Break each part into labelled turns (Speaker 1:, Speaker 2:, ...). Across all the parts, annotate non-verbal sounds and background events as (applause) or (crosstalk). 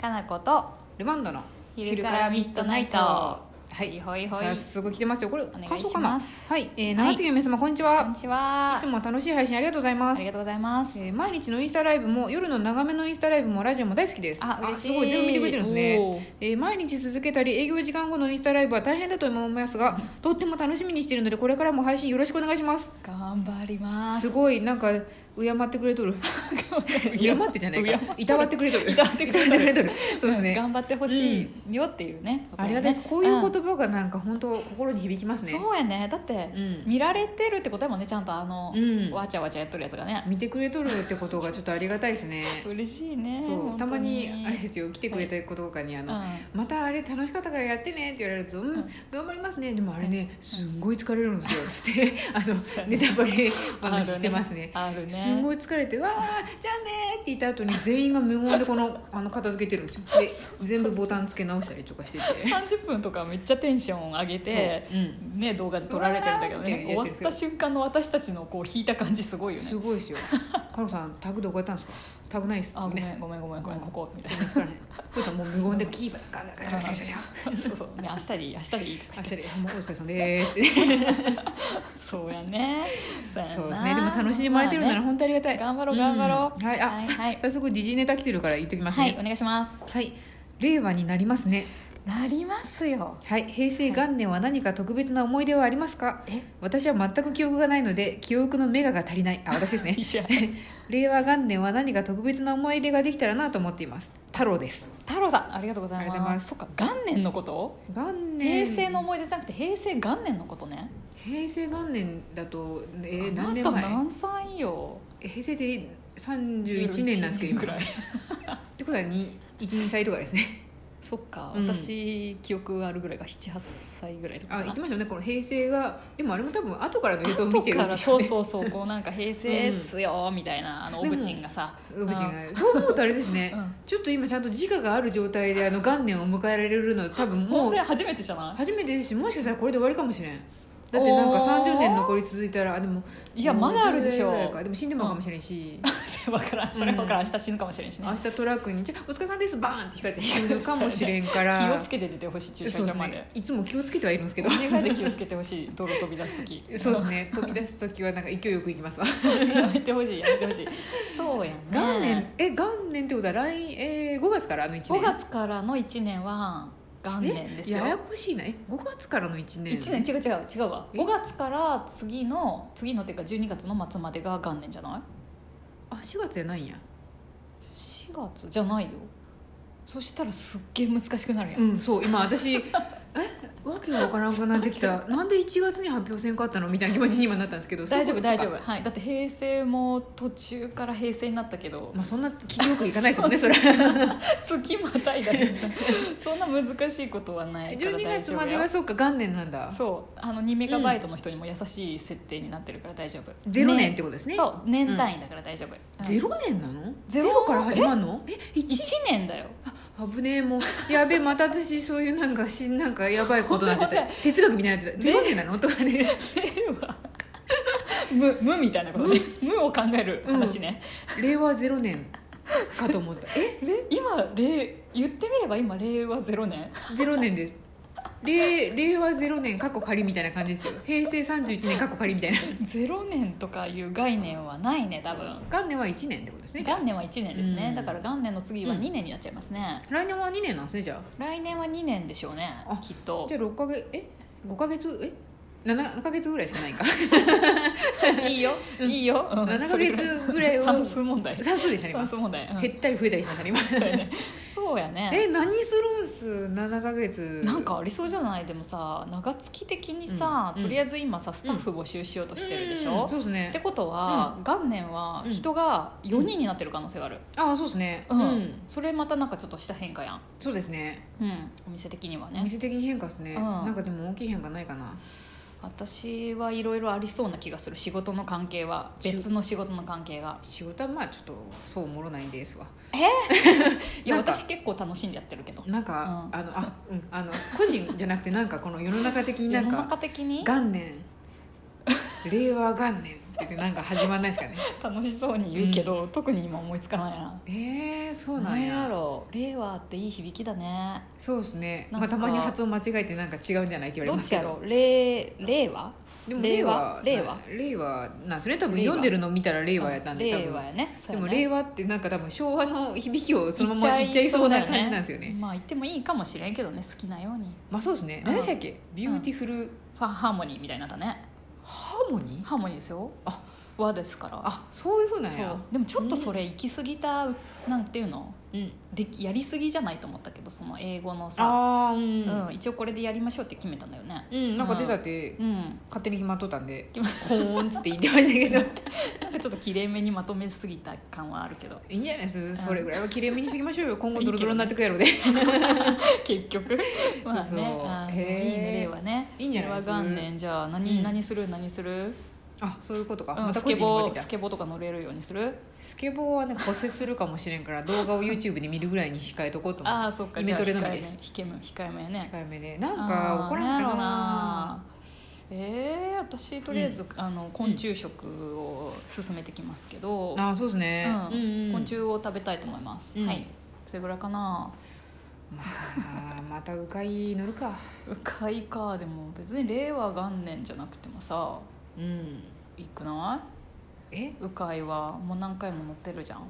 Speaker 1: かなこと
Speaker 2: ルマンドの
Speaker 1: 昼からミッドナイト
Speaker 2: は
Speaker 1: イ
Speaker 2: い
Speaker 1: ホイホイ
Speaker 2: 早速来てますよこれ
Speaker 1: 願い
Speaker 2: 感想かな
Speaker 1: します
Speaker 2: はい、えー、
Speaker 1: はい
Speaker 2: 七次の皆様こんにち
Speaker 1: こん
Speaker 2: は
Speaker 1: にちはい
Speaker 2: つも楽しい配信ありがとうござい
Speaker 1: あ
Speaker 2: ます
Speaker 1: りがとうございます
Speaker 2: えー毎日のインスタライブも夜の長めのインスタライブもラジオも大好きです
Speaker 1: あ嬉しい
Speaker 2: すごい全部見てくれてるんです
Speaker 1: お
Speaker 2: ね
Speaker 1: ー、
Speaker 2: えー毎日続けたり営業時間後のインスタライブは大変だと思いますがとっても楽しみにしているのでこれからも配信よろしくお願いします
Speaker 1: 頑張ります
Speaker 2: す
Speaker 1: い
Speaker 2: ごいなんか敬ってく
Speaker 1: (laughs)
Speaker 2: れとる (laughs) 敬ってじゃない
Speaker 1: 敬
Speaker 2: か
Speaker 1: ってくれ
Speaker 2: いたわってくれとる
Speaker 1: いたわってくれとる
Speaker 2: いたわとるそうですね
Speaker 1: 頑張ってほしいよっていうね
Speaker 2: ありがたいですこういう
Speaker 1: と
Speaker 2: 言葉がなんか本当心に響きますね
Speaker 1: そうやねだって、
Speaker 2: うん
Speaker 1: 見られてるってことやもんねちゃんとあの、
Speaker 2: うん
Speaker 1: わちゃわちゃやっとるやつがね
Speaker 2: 見てくれとるってことがちょっとありがたいですね
Speaker 1: 嬉しい (laughs) ね
Speaker 2: そう
Speaker 1: 本
Speaker 2: た
Speaker 1: 当
Speaker 2: まにあれですよ来てくれた子とかにあの、
Speaker 1: うん
Speaker 2: またあれ楽しかったからやってねって言われると「うん、
Speaker 1: うん
Speaker 2: 頑張りますね」でもあれねすんごい疲れるんですよつって (laughs) あ
Speaker 1: そう
Speaker 2: の
Speaker 1: やね
Speaker 2: ネタバレ話してますね
Speaker 1: あるね
Speaker 2: すんごい疲れて「わあじゃあね」って言った後に全員が無言で
Speaker 1: (laughs)
Speaker 2: このあの片付けてるんですよで全部ボタンつけ直したりとかしてて
Speaker 1: 30分とかめっちゃテンション上げて、
Speaker 2: そううん
Speaker 1: ね、動画で撮られてるんだけど
Speaker 2: うわーっ
Speaker 1: ね
Speaker 2: てやって
Speaker 1: 終
Speaker 2: る
Speaker 1: わ
Speaker 2: ん
Speaker 1: っ
Speaker 2: ですけど
Speaker 1: た瞬間の私たちのこう引いた感じすごいよね
Speaker 2: すご
Speaker 1: (laughs)
Speaker 2: いですよカロさんタグどこやったんですかタグないっす
Speaker 1: あごめ
Speaker 2: ね
Speaker 1: んごめんごめんごめん
Speaker 2: うん
Speaker 1: ここみたい
Speaker 2: 全然疲れないふーさんもう無言でキーバーガーガーガーガーガーガーガー
Speaker 1: なそうそう、ね、明日でいい明日でいいとか
Speaker 2: あ
Speaker 1: 言っ
Speaker 2: そ
Speaker 1: て
Speaker 2: れもうお疲れ様でーすって
Speaker 1: そうやねそうやな
Speaker 2: そうですねでも楽しんでもらえてるなら
Speaker 1: まあね
Speaker 2: 本当にありがたい
Speaker 1: 頑張ろう頑張ろうん
Speaker 2: はいあ、
Speaker 1: はいはい
Speaker 2: 早速時事ネタ来てるから言っときます
Speaker 1: はいお
Speaker 2: ね
Speaker 1: 願いします
Speaker 2: はい、令和になりますね
Speaker 1: なりますよ
Speaker 2: はい平成元年は何か特別な思い出はありますか
Speaker 1: え
Speaker 2: 私は全く記憶がないので記憶のメガが足りないあ私ですね
Speaker 1: 一緒や
Speaker 2: 令和元年は何か特別な思い出ができたらなと思っています太郎です
Speaker 1: 太郎さんありがとうございます
Speaker 2: ありがとうございます
Speaker 1: そっか元年のこと
Speaker 2: 元年
Speaker 1: 平成の思い出じゃなくて平成元年のことね
Speaker 2: 平成元年だとえー、
Speaker 1: あ
Speaker 2: 何
Speaker 1: な
Speaker 2: 年
Speaker 1: た
Speaker 2: 前
Speaker 1: 何歳よ
Speaker 2: 平成で31年なんですけ
Speaker 1: 11年
Speaker 2: ど今
Speaker 1: くらい
Speaker 2: ってことは12歳とかですね
Speaker 1: (laughs) そっか、
Speaker 2: うん
Speaker 1: 私記憶あるぐらいが78歳ぐらいとか
Speaker 2: あ
Speaker 1: か
Speaker 2: 言っ
Speaker 1: な
Speaker 2: てましたよねこの平成がでもあれも多分後からの映像を見て
Speaker 1: 後
Speaker 2: る
Speaker 1: か
Speaker 2: んで
Speaker 1: ら
Speaker 2: す
Speaker 1: そ
Speaker 2: よ
Speaker 1: う
Speaker 2: ね
Speaker 1: そうそうこうなんか平成っすよみたいなあのオ
Speaker 2: でも
Speaker 1: ブチンがさ
Speaker 2: うぶち
Speaker 1: うん
Speaker 2: がそう思うとあれですね、
Speaker 1: うん
Speaker 2: ちょっと今ちゃんと自我がある状態であの元年を迎えられるの多分
Speaker 1: も
Speaker 2: も
Speaker 1: う
Speaker 2: う
Speaker 1: 初めてじゃな
Speaker 2: 初めてですしもしかしたらこれで終わりかもしれんだってなんか30年残り続いたらあでも
Speaker 1: いいやまだあるでしょ
Speaker 2: もう10ぐらいかでも死んでもかもしれん
Speaker 1: (laughs)
Speaker 2: し、(laughs)
Speaker 1: いわからんそれわからん明日死ぬかもしれんしね
Speaker 2: 明日トラックに「じゃあお疲れさんですバーン!」って引かれて死ぬかもしれんか
Speaker 1: (laughs)
Speaker 2: ら
Speaker 1: 気をつけて出てほしい駐
Speaker 2: そう
Speaker 1: 車場
Speaker 2: です
Speaker 1: ま
Speaker 2: ね
Speaker 1: で
Speaker 2: いつも気をつけてはいるんですけど
Speaker 1: 家まで気をつけてほしい道路飛び出す時
Speaker 2: そうですね飛び出す時はなんか勢いよく行きますわ
Speaker 1: (laughs) やめてほしいやめてほしいそうやね
Speaker 2: 元年え元年ってことは来、えー、5月からあの1年
Speaker 1: 5月からの1年は元年ですよ
Speaker 2: えややこしいなえ5月からの1年
Speaker 1: 1年違う違う違うわ
Speaker 2: え
Speaker 1: 5月から次の次のっていうか12月の末までが元年じゃない
Speaker 2: あ4月やないんや
Speaker 1: 4月じゃないよそしたらすっげえ難しくなるやん、
Speaker 2: うんそう今私 (laughs) えわけがわからなくなって
Speaker 1: (laughs)
Speaker 2: きたなんで1月に発表せんかったのみたいな気持ちに今なったんですけど
Speaker 1: 大丈夫大丈
Speaker 2: 夫
Speaker 1: 夫はいだって平成も途中から平成になったけど
Speaker 2: まあそんな気よくいかないです
Speaker 1: (laughs)
Speaker 2: もんねそれ12
Speaker 1: 月またいだ
Speaker 2: (laughs)
Speaker 1: けどそんな難しいことはないから大
Speaker 2: 月
Speaker 1: 丈
Speaker 2: ま
Speaker 1: 夫
Speaker 2: で
Speaker 1: よ
Speaker 2: はそうか元年なんだ
Speaker 1: そうあの2メガバイトの人にも優しい設定になってるから大丈夫、
Speaker 2: ゼロ年ってことですね
Speaker 1: そう年単位だから大丈夫、うん
Speaker 2: ゼロ年なの
Speaker 1: ゼ
Speaker 2: ゼ
Speaker 1: ロ
Speaker 2: ロから始まるのえ一
Speaker 1: 1年だよ
Speaker 2: あ危ねえもうやべえまた私そういうなんかしなんかやばいことになって
Speaker 1: ほん
Speaker 2: た
Speaker 1: と
Speaker 2: (laughs) 哲学みたいになってたゼロ年なのとかね
Speaker 1: (laughs) 無無みたいなことね無を考える話ね、
Speaker 2: 令和ゼロ年かと思ったえ
Speaker 1: れ今令言ってみれば今令和ゼロ年
Speaker 2: ゼロ年です令令和ゼロ年過去仮みたいな感じですよ平成31年過去仮みたいな
Speaker 1: ゼロ年とかいう概念はないね多分
Speaker 2: 元年は1年ってことですねじゃあ
Speaker 1: 元年は1年ですね、
Speaker 2: うん
Speaker 1: だから元年の次は2年になっちゃいますね、
Speaker 2: 来年は2年なんですねじゃ
Speaker 1: 来年は2年でしょうね
Speaker 2: あ
Speaker 1: きっ
Speaker 2: あ
Speaker 1: と
Speaker 2: じゃあ6か月え5か月え7か月ぐらいしかないか
Speaker 1: いいよ
Speaker 2: (laughs) うん
Speaker 1: いいよ、うん
Speaker 2: 7
Speaker 1: そ
Speaker 2: ヶ
Speaker 1: れ
Speaker 2: 月ぐらいを
Speaker 1: 算数問題
Speaker 2: 算数でしたね
Speaker 1: 算
Speaker 2: 今
Speaker 1: 数問題、うん
Speaker 2: 減ったり増えたりしました
Speaker 1: そう
Speaker 2: ね今
Speaker 1: やねそうやね
Speaker 2: え何するんす7か月
Speaker 1: なんかありそうじゃないでもさ長月的にさ、
Speaker 2: うん
Speaker 1: とりあえず今さスタッフ募集しようとしてるでしょ、
Speaker 2: うんそうですね
Speaker 1: ってことは、元年は
Speaker 2: うん
Speaker 1: 人が4人になってる可能性がある、
Speaker 2: ああそうですね
Speaker 1: うん
Speaker 2: うん
Speaker 1: それまたなんかちょっとした変化やん、
Speaker 2: そうですね
Speaker 1: うん、お店的には
Speaker 2: お
Speaker 1: ね
Speaker 2: 店的に変化ですね、
Speaker 1: うん
Speaker 2: なんかでも大きい変化ないかな
Speaker 1: 私はいろいろありそうな気がする仕事の関係は
Speaker 2: し
Speaker 1: 別の仕事の関係が
Speaker 2: 仕事はまあちょっとそうもろないんですわ
Speaker 1: いや
Speaker 2: なんか
Speaker 1: 私結構楽しんでやってるけど
Speaker 2: なんか、
Speaker 1: うん
Speaker 2: あのあうんあの個人じゃ
Speaker 1: (laughs)
Speaker 2: なくてなんかこの世の中的にな
Speaker 1: 世
Speaker 2: ん
Speaker 1: の
Speaker 2: か
Speaker 1: 中的に
Speaker 2: 元年令和元年言ってなんか始まんないですかね (laughs)
Speaker 1: 楽しそうに言うけど、特に今思いつかないな
Speaker 2: えー、そうな
Speaker 1: なん
Speaker 2: ん
Speaker 1: や
Speaker 2: や
Speaker 1: ろう令和っていい響きだね
Speaker 2: そうですね、
Speaker 1: なん
Speaker 2: ま
Speaker 1: か
Speaker 2: あ、たまに発音間違えてなんか違うんじゃないって言わ
Speaker 1: どっ
Speaker 2: れます
Speaker 1: ち
Speaker 2: け
Speaker 1: や
Speaker 2: ど
Speaker 1: ろう令令和
Speaker 2: でも
Speaker 1: 令
Speaker 2: 令
Speaker 1: 和
Speaker 2: 和
Speaker 1: 令和
Speaker 2: 令和なんそれ多分
Speaker 1: 令和
Speaker 2: 読んでるの見たら令和やったんで多
Speaker 1: 令和
Speaker 2: 分
Speaker 1: やねそ
Speaker 2: で
Speaker 1: うや
Speaker 2: も
Speaker 1: ね
Speaker 2: 令和ってなんか多分昭和の響きをそのままいっちゃいそうな感じなんですよね
Speaker 1: まあ言ってもいいかもしれんけどね好きなように
Speaker 2: まあそうですね
Speaker 1: うん
Speaker 2: 何でしたっけビューティフル、
Speaker 1: ファンハーモニーみたいになったね
Speaker 2: ハーモニー
Speaker 1: ハーモニーですよ
Speaker 2: あ
Speaker 1: 和ですから
Speaker 2: あそういうふうなん
Speaker 1: そ
Speaker 2: や
Speaker 1: うでもちょっとそれ行き過ぎたうつなんていうの
Speaker 2: うん
Speaker 1: できやりすぎじゃないと思ったけどその英語のさ、
Speaker 2: ああうん、
Speaker 1: う
Speaker 2: うん
Speaker 1: ん、一応これでやりましょうって決めたんだよね
Speaker 2: なんか出たって
Speaker 1: うん
Speaker 2: 勝手に決まっとったんで「コ
Speaker 1: 決ま
Speaker 2: ーン」っつって言ってましたけど (laughs)
Speaker 1: なん (laughs) かちょっときれいめにまとめすぎた感はあるけど
Speaker 2: いいんじゃないですそれぐらいはきれいめにしていきましょうよ今後ドロドロ
Speaker 1: いいけどね
Speaker 2: になってくやろうで
Speaker 1: 結局 (laughs) まあね
Speaker 2: そうそう
Speaker 1: あのいい
Speaker 2: へえ
Speaker 1: ね令和ね
Speaker 2: いいんじゃない
Speaker 1: 令
Speaker 2: で
Speaker 1: 和
Speaker 2: す
Speaker 1: 元年じゃあ何,、
Speaker 2: うん
Speaker 1: 何する何する、
Speaker 2: (laughs) あそういうことか、
Speaker 1: うん、
Speaker 2: また
Speaker 1: ス
Speaker 2: 個
Speaker 1: ケ
Speaker 2: 人に
Speaker 1: ボ
Speaker 2: 戻っ
Speaker 1: ー
Speaker 2: て
Speaker 1: ス
Speaker 2: きた
Speaker 1: ケボーとか乗れるようにする
Speaker 2: スケボーはね骨折するかもしれんから動画を YouTube で見るぐらいに控えとこうと思う
Speaker 1: ああそっか
Speaker 2: イメトレのみ
Speaker 1: 控
Speaker 2: です
Speaker 1: えめ控えめやね
Speaker 2: 控えめでなんか怒ら
Speaker 1: あー
Speaker 2: ん
Speaker 1: や
Speaker 2: か
Speaker 1: ろ
Speaker 2: な
Speaker 1: なえー、私とりあえず、あの昆虫食を進めてきますけど、
Speaker 2: あーそうですね、
Speaker 1: うん
Speaker 2: うんうん
Speaker 1: 昆虫を食べたいと思います、
Speaker 2: うん
Speaker 1: はいそれぐらいかな
Speaker 2: まあまた迂回乗るか
Speaker 1: 迂回かでも別に令和元年じゃなくてもさ
Speaker 2: うん
Speaker 1: いくな
Speaker 2: え
Speaker 1: い迂回はもう何回も乗ってるじゃ (laughs) ん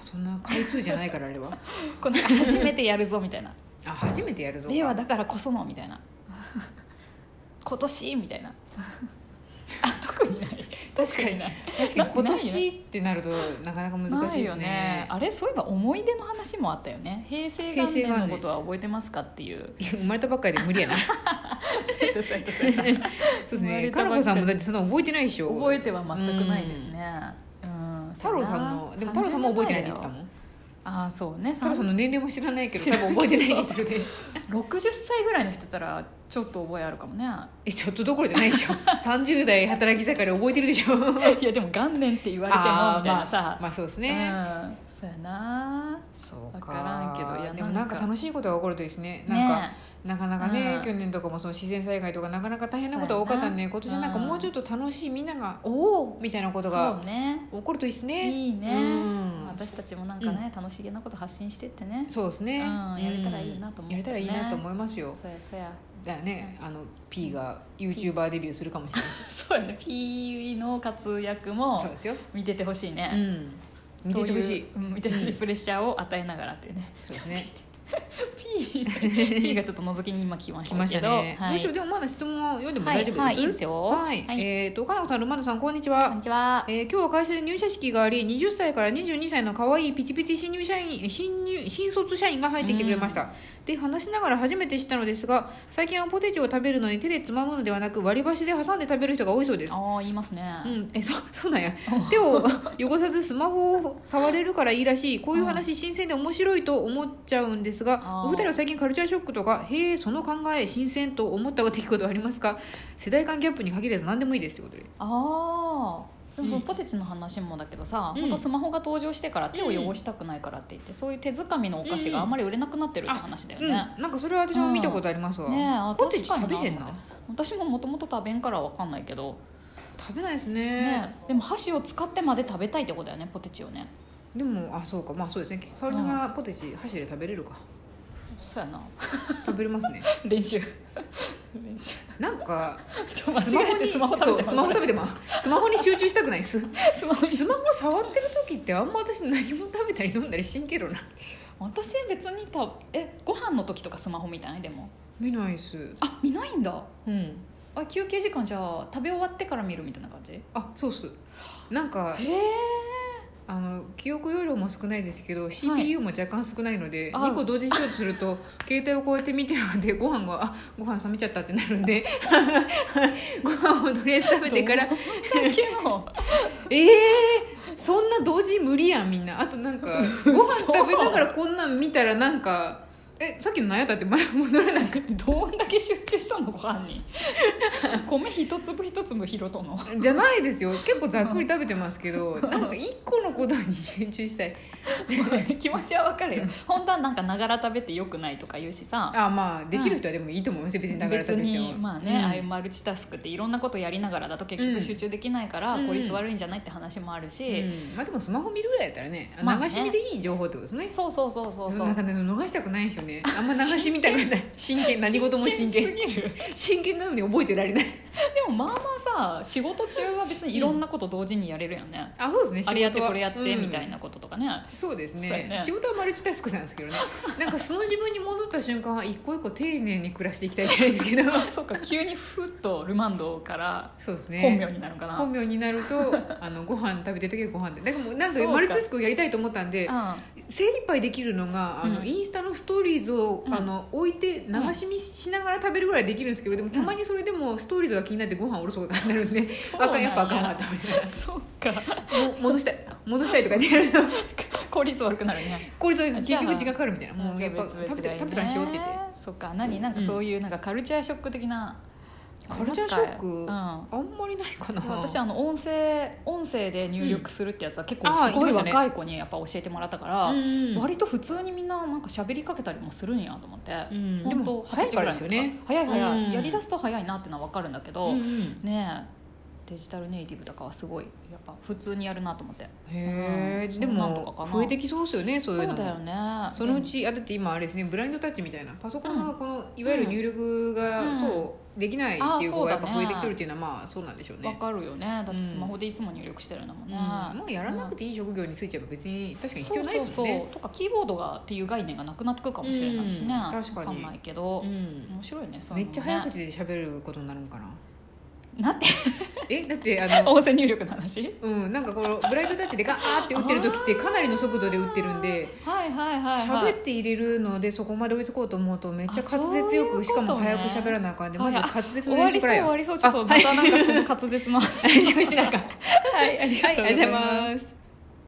Speaker 2: そんな回数じゃないから
Speaker 1: (laughs)
Speaker 2: あれは
Speaker 1: この初めてやるぞみたい (laughs) な
Speaker 2: あ初めてやるぞ
Speaker 1: 令和だからこそのみたいな (laughs) 今年みた (laughs) いなあ特にない確かにない
Speaker 2: 確かに今年ってなるとなかなか難しい
Speaker 1: ない
Speaker 2: で
Speaker 1: よ
Speaker 2: すね
Speaker 1: ねあれそういえば思い出の話もあったよね平成元年のことは覚えてますかっていう
Speaker 2: いや生まれたばっかりで無理や
Speaker 1: (laughs)
Speaker 2: なそう
Speaker 1: そうやったそうやったそうやった
Speaker 2: です
Speaker 1: 生ま
Speaker 2: ね
Speaker 1: れた
Speaker 2: カ
Speaker 1: ばっかり
Speaker 2: ラコさんもだってそんな覚えてないでし
Speaker 1: (laughs)
Speaker 2: ょ
Speaker 1: 覚えては全くないですねうん
Speaker 2: 太郎さんのでも太郎さんも覚えてないって言ってたも
Speaker 1: ん
Speaker 2: ん
Speaker 1: ああそうね
Speaker 2: 太郎さんの年齢も知らないけど
Speaker 1: 知ら
Speaker 2: 多
Speaker 1: ない
Speaker 2: 分覚えてないって言ってるで
Speaker 1: 60歳ぐらいの人だったらちょっと覚えあるかもね
Speaker 2: えちょっとどころじゃない
Speaker 1: (laughs)
Speaker 2: でしょ30代働き盛り覚えてるでしょ
Speaker 1: いやでも元年って言われても
Speaker 2: あー
Speaker 1: みたいなさ
Speaker 2: まあ、まあそうですね、
Speaker 1: うんそうやな
Speaker 2: そう
Speaker 1: わからんけどいや
Speaker 2: でもなんか
Speaker 1: なんか
Speaker 2: 楽しいことが起こるといいですねなんか、
Speaker 1: ね
Speaker 2: なかなかね、
Speaker 1: うん
Speaker 2: 去年とかもその自然災害とかなかなか大変なことが多かったん
Speaker 1: そう
Speaker 2: で
Speaker 1: やな
Speaker 2: 今年なんかもうちょっと楽しいみんなが「おお!」みたいなことが
Speaker 1: そうね
Speaker 2: 起こるといいですね
Speaker 1: いいね、
Speaker 2: うん
Speaker 1: 私たちもなんかね、楽しげなこと発信してってね
Speaker 2: そうですね、
Speaker 1: うんやれたらいいなと思うけどね
Speaker 2: やれたらいいなと思いますよ
Speaker 1: そうやそうや
Speaker 2: だからねあの P が YouTuber デビューするかもしれないし
Speaker 1: そうやね P の活躍も
Speaker 2: そうですよ、
Speaker 1: 見ててほしいうね、
Speaker 2: ん、見ててほしい
Speaker 1: とううん見ててほしいプレッシャーを与えながらっていう
Speaker 2: (laughs)
Speaker 1: ね
Speaker 2: そうです
Speaker 1: (laughs)
Speaker 2: ね
Speaker 1: P, P がちょっと覗きに今来まし
Speaker 2: 来ま
Speaker 1: た
Speaker 2: し
Speaker 1: け
Speaker 2: た
Speaker 1: ど
Speaker 2: ね、
Speaker 1: は
Speaker 2: どうしよう
Speaker 1: い
Speaker 2: でもまだ質問を読んでも
Speaker 1: はい
Speaker 2: 大丈夫です、
Speaker 1: はいいいですよ
Speaker 2: はい
Speaker 1: はい
Speaker 2: えっ、とかなこさんルマンドさんこんにち
Speaker 1: こ
Speaker 2: は
Speaker 1: んにちは
Speaker 2: えー今日は会社で入社式があり20歳から22歳の可愛いピチピチ新入社員新入新卒社員が入ってきてくれました、で話しながら初めて知ったのですが最近はポテチを食べるのに手でつまむのではなく割り箸で挟んで食べる人が多いそうです
Speaker 1: ああ言いますね、
Speaker 2: うん、えそ (laughs) そうなんや手を (laughs) 汚さずスマホを触れるからいいらしいこういう話新鮮で面白いと思っちゃうんです
Speaker 1: あ
Speaker 2: が
Speaker 1: ー
Speaker 2: お二人は最近カルチャーショックとかへえその考え新鮮と思った出来事はありますか世代間ギャップに限らず何でもいいですということで
Speaker 1: ああでもそのポテチの話もだけどさ、
Speaker 2: うん
Speaker 1: 本当スマホが登場してから手を汚したくないからって言って、そういう手づかみのお菓子があんまり売れなくなってるって話だよね、
Speaker 2: うん、なんかそれは私も見たことありますわ、
Speaker 1: ねえあ
Speaker 2: ポテチ
Speaker 1: 確
Speaker 2: 食
Speaker 1: かに
Speaker 2: べ
Speaker 1: な
Speaker 2: へんな
Speaker 1: 私ももともと食べんからわかんないけど、
Speaker 2: 食べないですね
Speaker 1: ねえ、でも箸を使ってまで食べたいってことだよねポテチをね
Speaker 2: でもあそうかまあそうですね沙織さんはポテチ箸で食べれるか
Speaker 1: そうやな
Speaker 2: 食べれますね
Speaker 1: (laughs) 練習練習
Speaker 2: なんか
Speaker 1: (laughs) ちょっと間違えてスマホ食べて
Speaker 2: そうスマホ食べてますスマホに集中したくないです
Speaker 1: スマホに
Speaker 2: スマホ触ってる時ってあんま私何も食べたり飲んだりしんけどな
Speaker 1: 私別にたえご飯の時とかスマホ見たいでも
Speaker 2: 見ないっす
Speaker 1: あ見ないんだ
Speaker 2: うん
Speaker 1: あ休憩時間じゃあ食べ終わってから見るみたいな感じへ
Speaker 2: あそうっすなんかあの記憶容量も少ないですけど CPU も若干少ないので、
Speaker 1: あ
Speaker 2: 2個同時にしようとすると (laughs) 携帯をこうやって見てるのでご飯があご飯冷めちゃったってなるんで (laughs) ご飯をとりあえず食べて
Speaker 1: (laughs)
Speaker 2: から
Speaker 1: えけど
Speaker 2: ええー、
Speaker 1: (laughs)
Speaker 2: そんな同時無理やんみんなあとなんかご飯食べながらこんなん見たらなんかえさっきの何やったって前戻れない (laughs) か
Speaker 1: どんだけ集中したのご飯
Speaker 2: (laughs)
Speaker 1: に米一粒一粒拾との (laughs)
Speaker 2: らじゃないですよ結構ざっくり食べてますけどなんか一個のことに集中したい
Speaker 1: 気持ちはわかるよ本当はなんかながら食べてよくないとか言うしさ
Speaker 2: あまあできる人はでもいいと思いますよ別にだから
Speaker 1: 別
Speaker 2: 食べても
Speaker 1: にまあね、ああいうマルチタスクっていろんなことやりながらだと結
Speaker 2: う
Speaker 1: 局
Speaker 2: ん
Speaker 1: 集中できないから
Speaker 2: うん
Speaker 1: 効率悪いんじゃないって話もある
Speaker 2: うん
Speaker 1: し、
Speaker 2: まあでもスマホ見るぐらいやったらね、あ
Speaker 1: まあね
Speaker 2: 流し見でいい情報ってことですね
Speaker 1: そうそうそうそうそう
Speaker 2: なんかね逃したくないですよ
Speaker 1: (laughs)
Speaker 2: ねあんま流し見たくない真剣何事も真剣
Speaker 1: 真すぎる
Speaker 2: 真剣なのに覚えてられない
Speaker 1: でもまあまあさ仕事中は別にいろんなこと同時にやれるよね、
Speaker 2: あそうですね
Speaker 1: あれやって
Speaker 2: 仕事は
Speaker 1: これやって
Speaker 2: うん
Speaker 1: みたいなこととかね、
Speaker 2: そうですね
Speaker 1: そうやね
Speaker 2: 仕事はマルチタスクなんですけどねなんかその自分に戻った瞬間は一個一個丁寧に暮らしていきたいじゃないです
Speaker 1: (laughs)
Speaker 2: けど
Speaker 1: そうか急にふっとルマンドから
Speaker 2: そうですね
Speaker 1: 本名になるのかな、
Speaker 2: 本名になるとあのご飯食べてる時はご飯でだからもうなん
Speaker 1: そう
Speaker 2: か
Speaker 1: か
Speaker 2: マルチタスクをやりたいと思ったんで
Speaker 1: あ
Speaker 2: 精一杯できるのがあの、
Speaker 1: うん
Speaker 2: インスタのストーリーズを、
Speaker 1: うん
Speaker 2: あの置いて流し見しながら食べるぐらいできるんですけどでもたまにそれでもストーリーズが気になってご飯おろすことになるんで、
Speaker 1: (laughs) そうなんや
Speaker 2: あかんやっぱあかんわと思
Speaker 1: あそうか
Speaker 2: っても戻したい戻したいとか言ってやる
Speaker 1: 効率悪くなるね
Speaker 2: これそうです
Speaker 1: じゃあ
Speaker 2: 結局時間かかるみたいなもうやっぱ
Speaker 1: 別々が
Speaker 2: 食べて
Speaker 1: いいね
Speaker 2: 食べてからしようって言って。
Speaker 1: そっか何なんかそういうなんかカルチャーショック的な
Speaker 2: カルチャーショック
Speaker 1: うん
Speaker 2: あんまりないかな
Speaker 1: 私あの音声音声で入力するってやつは結構
Speaker 2: あー
Speaker 1: すご
Speaker 2: 言
Speaker 1: い
Speaker 2: いましたね
Speaker 1: 若い子にやっぱ教えてもらったから、
Speaker 2: うん
Speaker 1: 割と普通にみんななんか喋りかけたりもするんやと思って、
Speaker 2: うん
Speaker 1: ほんと
Speaker 2: でも早いからですよね
Speaker 1: 早い早い、
Speaker 2: うん
Speaker 1: やりだすと早いなってのは分かるんだけど、
Speaker 2: うんうん
Speaker 1: ねえデジタルネイティブとかはすごいやっぱ普通にやるなと思って
Speaker 2: へえ
Speaker 1: うん
Speaker 2: で
Speaker 1: そんなんとかか
Speaker 2: も
Speaker 1: な
Speaker 2: 増えてきそうですよねそ
Speaker 1: そうう
Speaker 2: いうの
Speaker 1: だよ
Speaker 2: も
Speaker 1: ね
Speaker 2: そのうちあだって今あれですねブラインドタッチみたいなパソコン
Speaker 1: う
Speaker 2: のこのいわゆる入力
Speaker 1: うん
Speaker 2: がそうできないっていう
Speaker 1: あそ
Speaker 2: 子
Speaker 1: う
Speaker 2: が
Speaker 1: だ
Speaker 2: や
Speaker 1: ね
Speaker 2: っぱ増えてきてるっていうのはまあそうなんでしょう
Speaker 1: わ
Speaker 2: ね
Speaker 1: かるよねだってスマホでいつも入力してるんだもん
Speaker 2: う
Speaker 1: ね、
Speaker 2: んもうやらなくていい職業についちゃえば別に確かに必要ないですもん
Speaker 1: そうそう
Speaker 2: ね
Speaker 1: そうとかキーボードがっていう概念がなくなってくるかもしれないしね、
Speaker 2: うん確かに
Speaker 1: わんないけど、
Speaker 2: うん
Speaker 1: 面白いねそうい
Speaker 2: め
Speaker 1: うのもね
Speaker 2: っちゃ早口で喋ることになるんかな
Speaker 1: なんて
Speaker 2: えだってあの
Speaker 1: 音声入力の話
Speaker 2: うんなんかこのブラインドタッチでガーって打ってる時ってかなりの速度で打ってるんで
Speaker 1: はいはいはい、はい、
Speaker 2: 喋って入れるのでそこまで追いつこうと思うとめっちゃ
Speaker 1: あそういう
Speaker 2: 滑舌よく
Speaker 1: ことね
Speaker 2: しかも早く喋らなあかんでまず
Speaker 1: はいあ
Speaker 2: 滑舌
Speaker 1: 終
Speaker 2: の
Speaker 1: わ
Speaker 2: 練
Speaker 1: り
Speaker 2: 習
Speaker 1: そう終
Speaker 2: からや
Speaker 1: わりそうちょっとまたなんかその滑舌の話
Speaker 2: (laughs) 大丈夫しなんか
Speaker 1: はいありがとうございます
Speaker 2: はいありがとうございます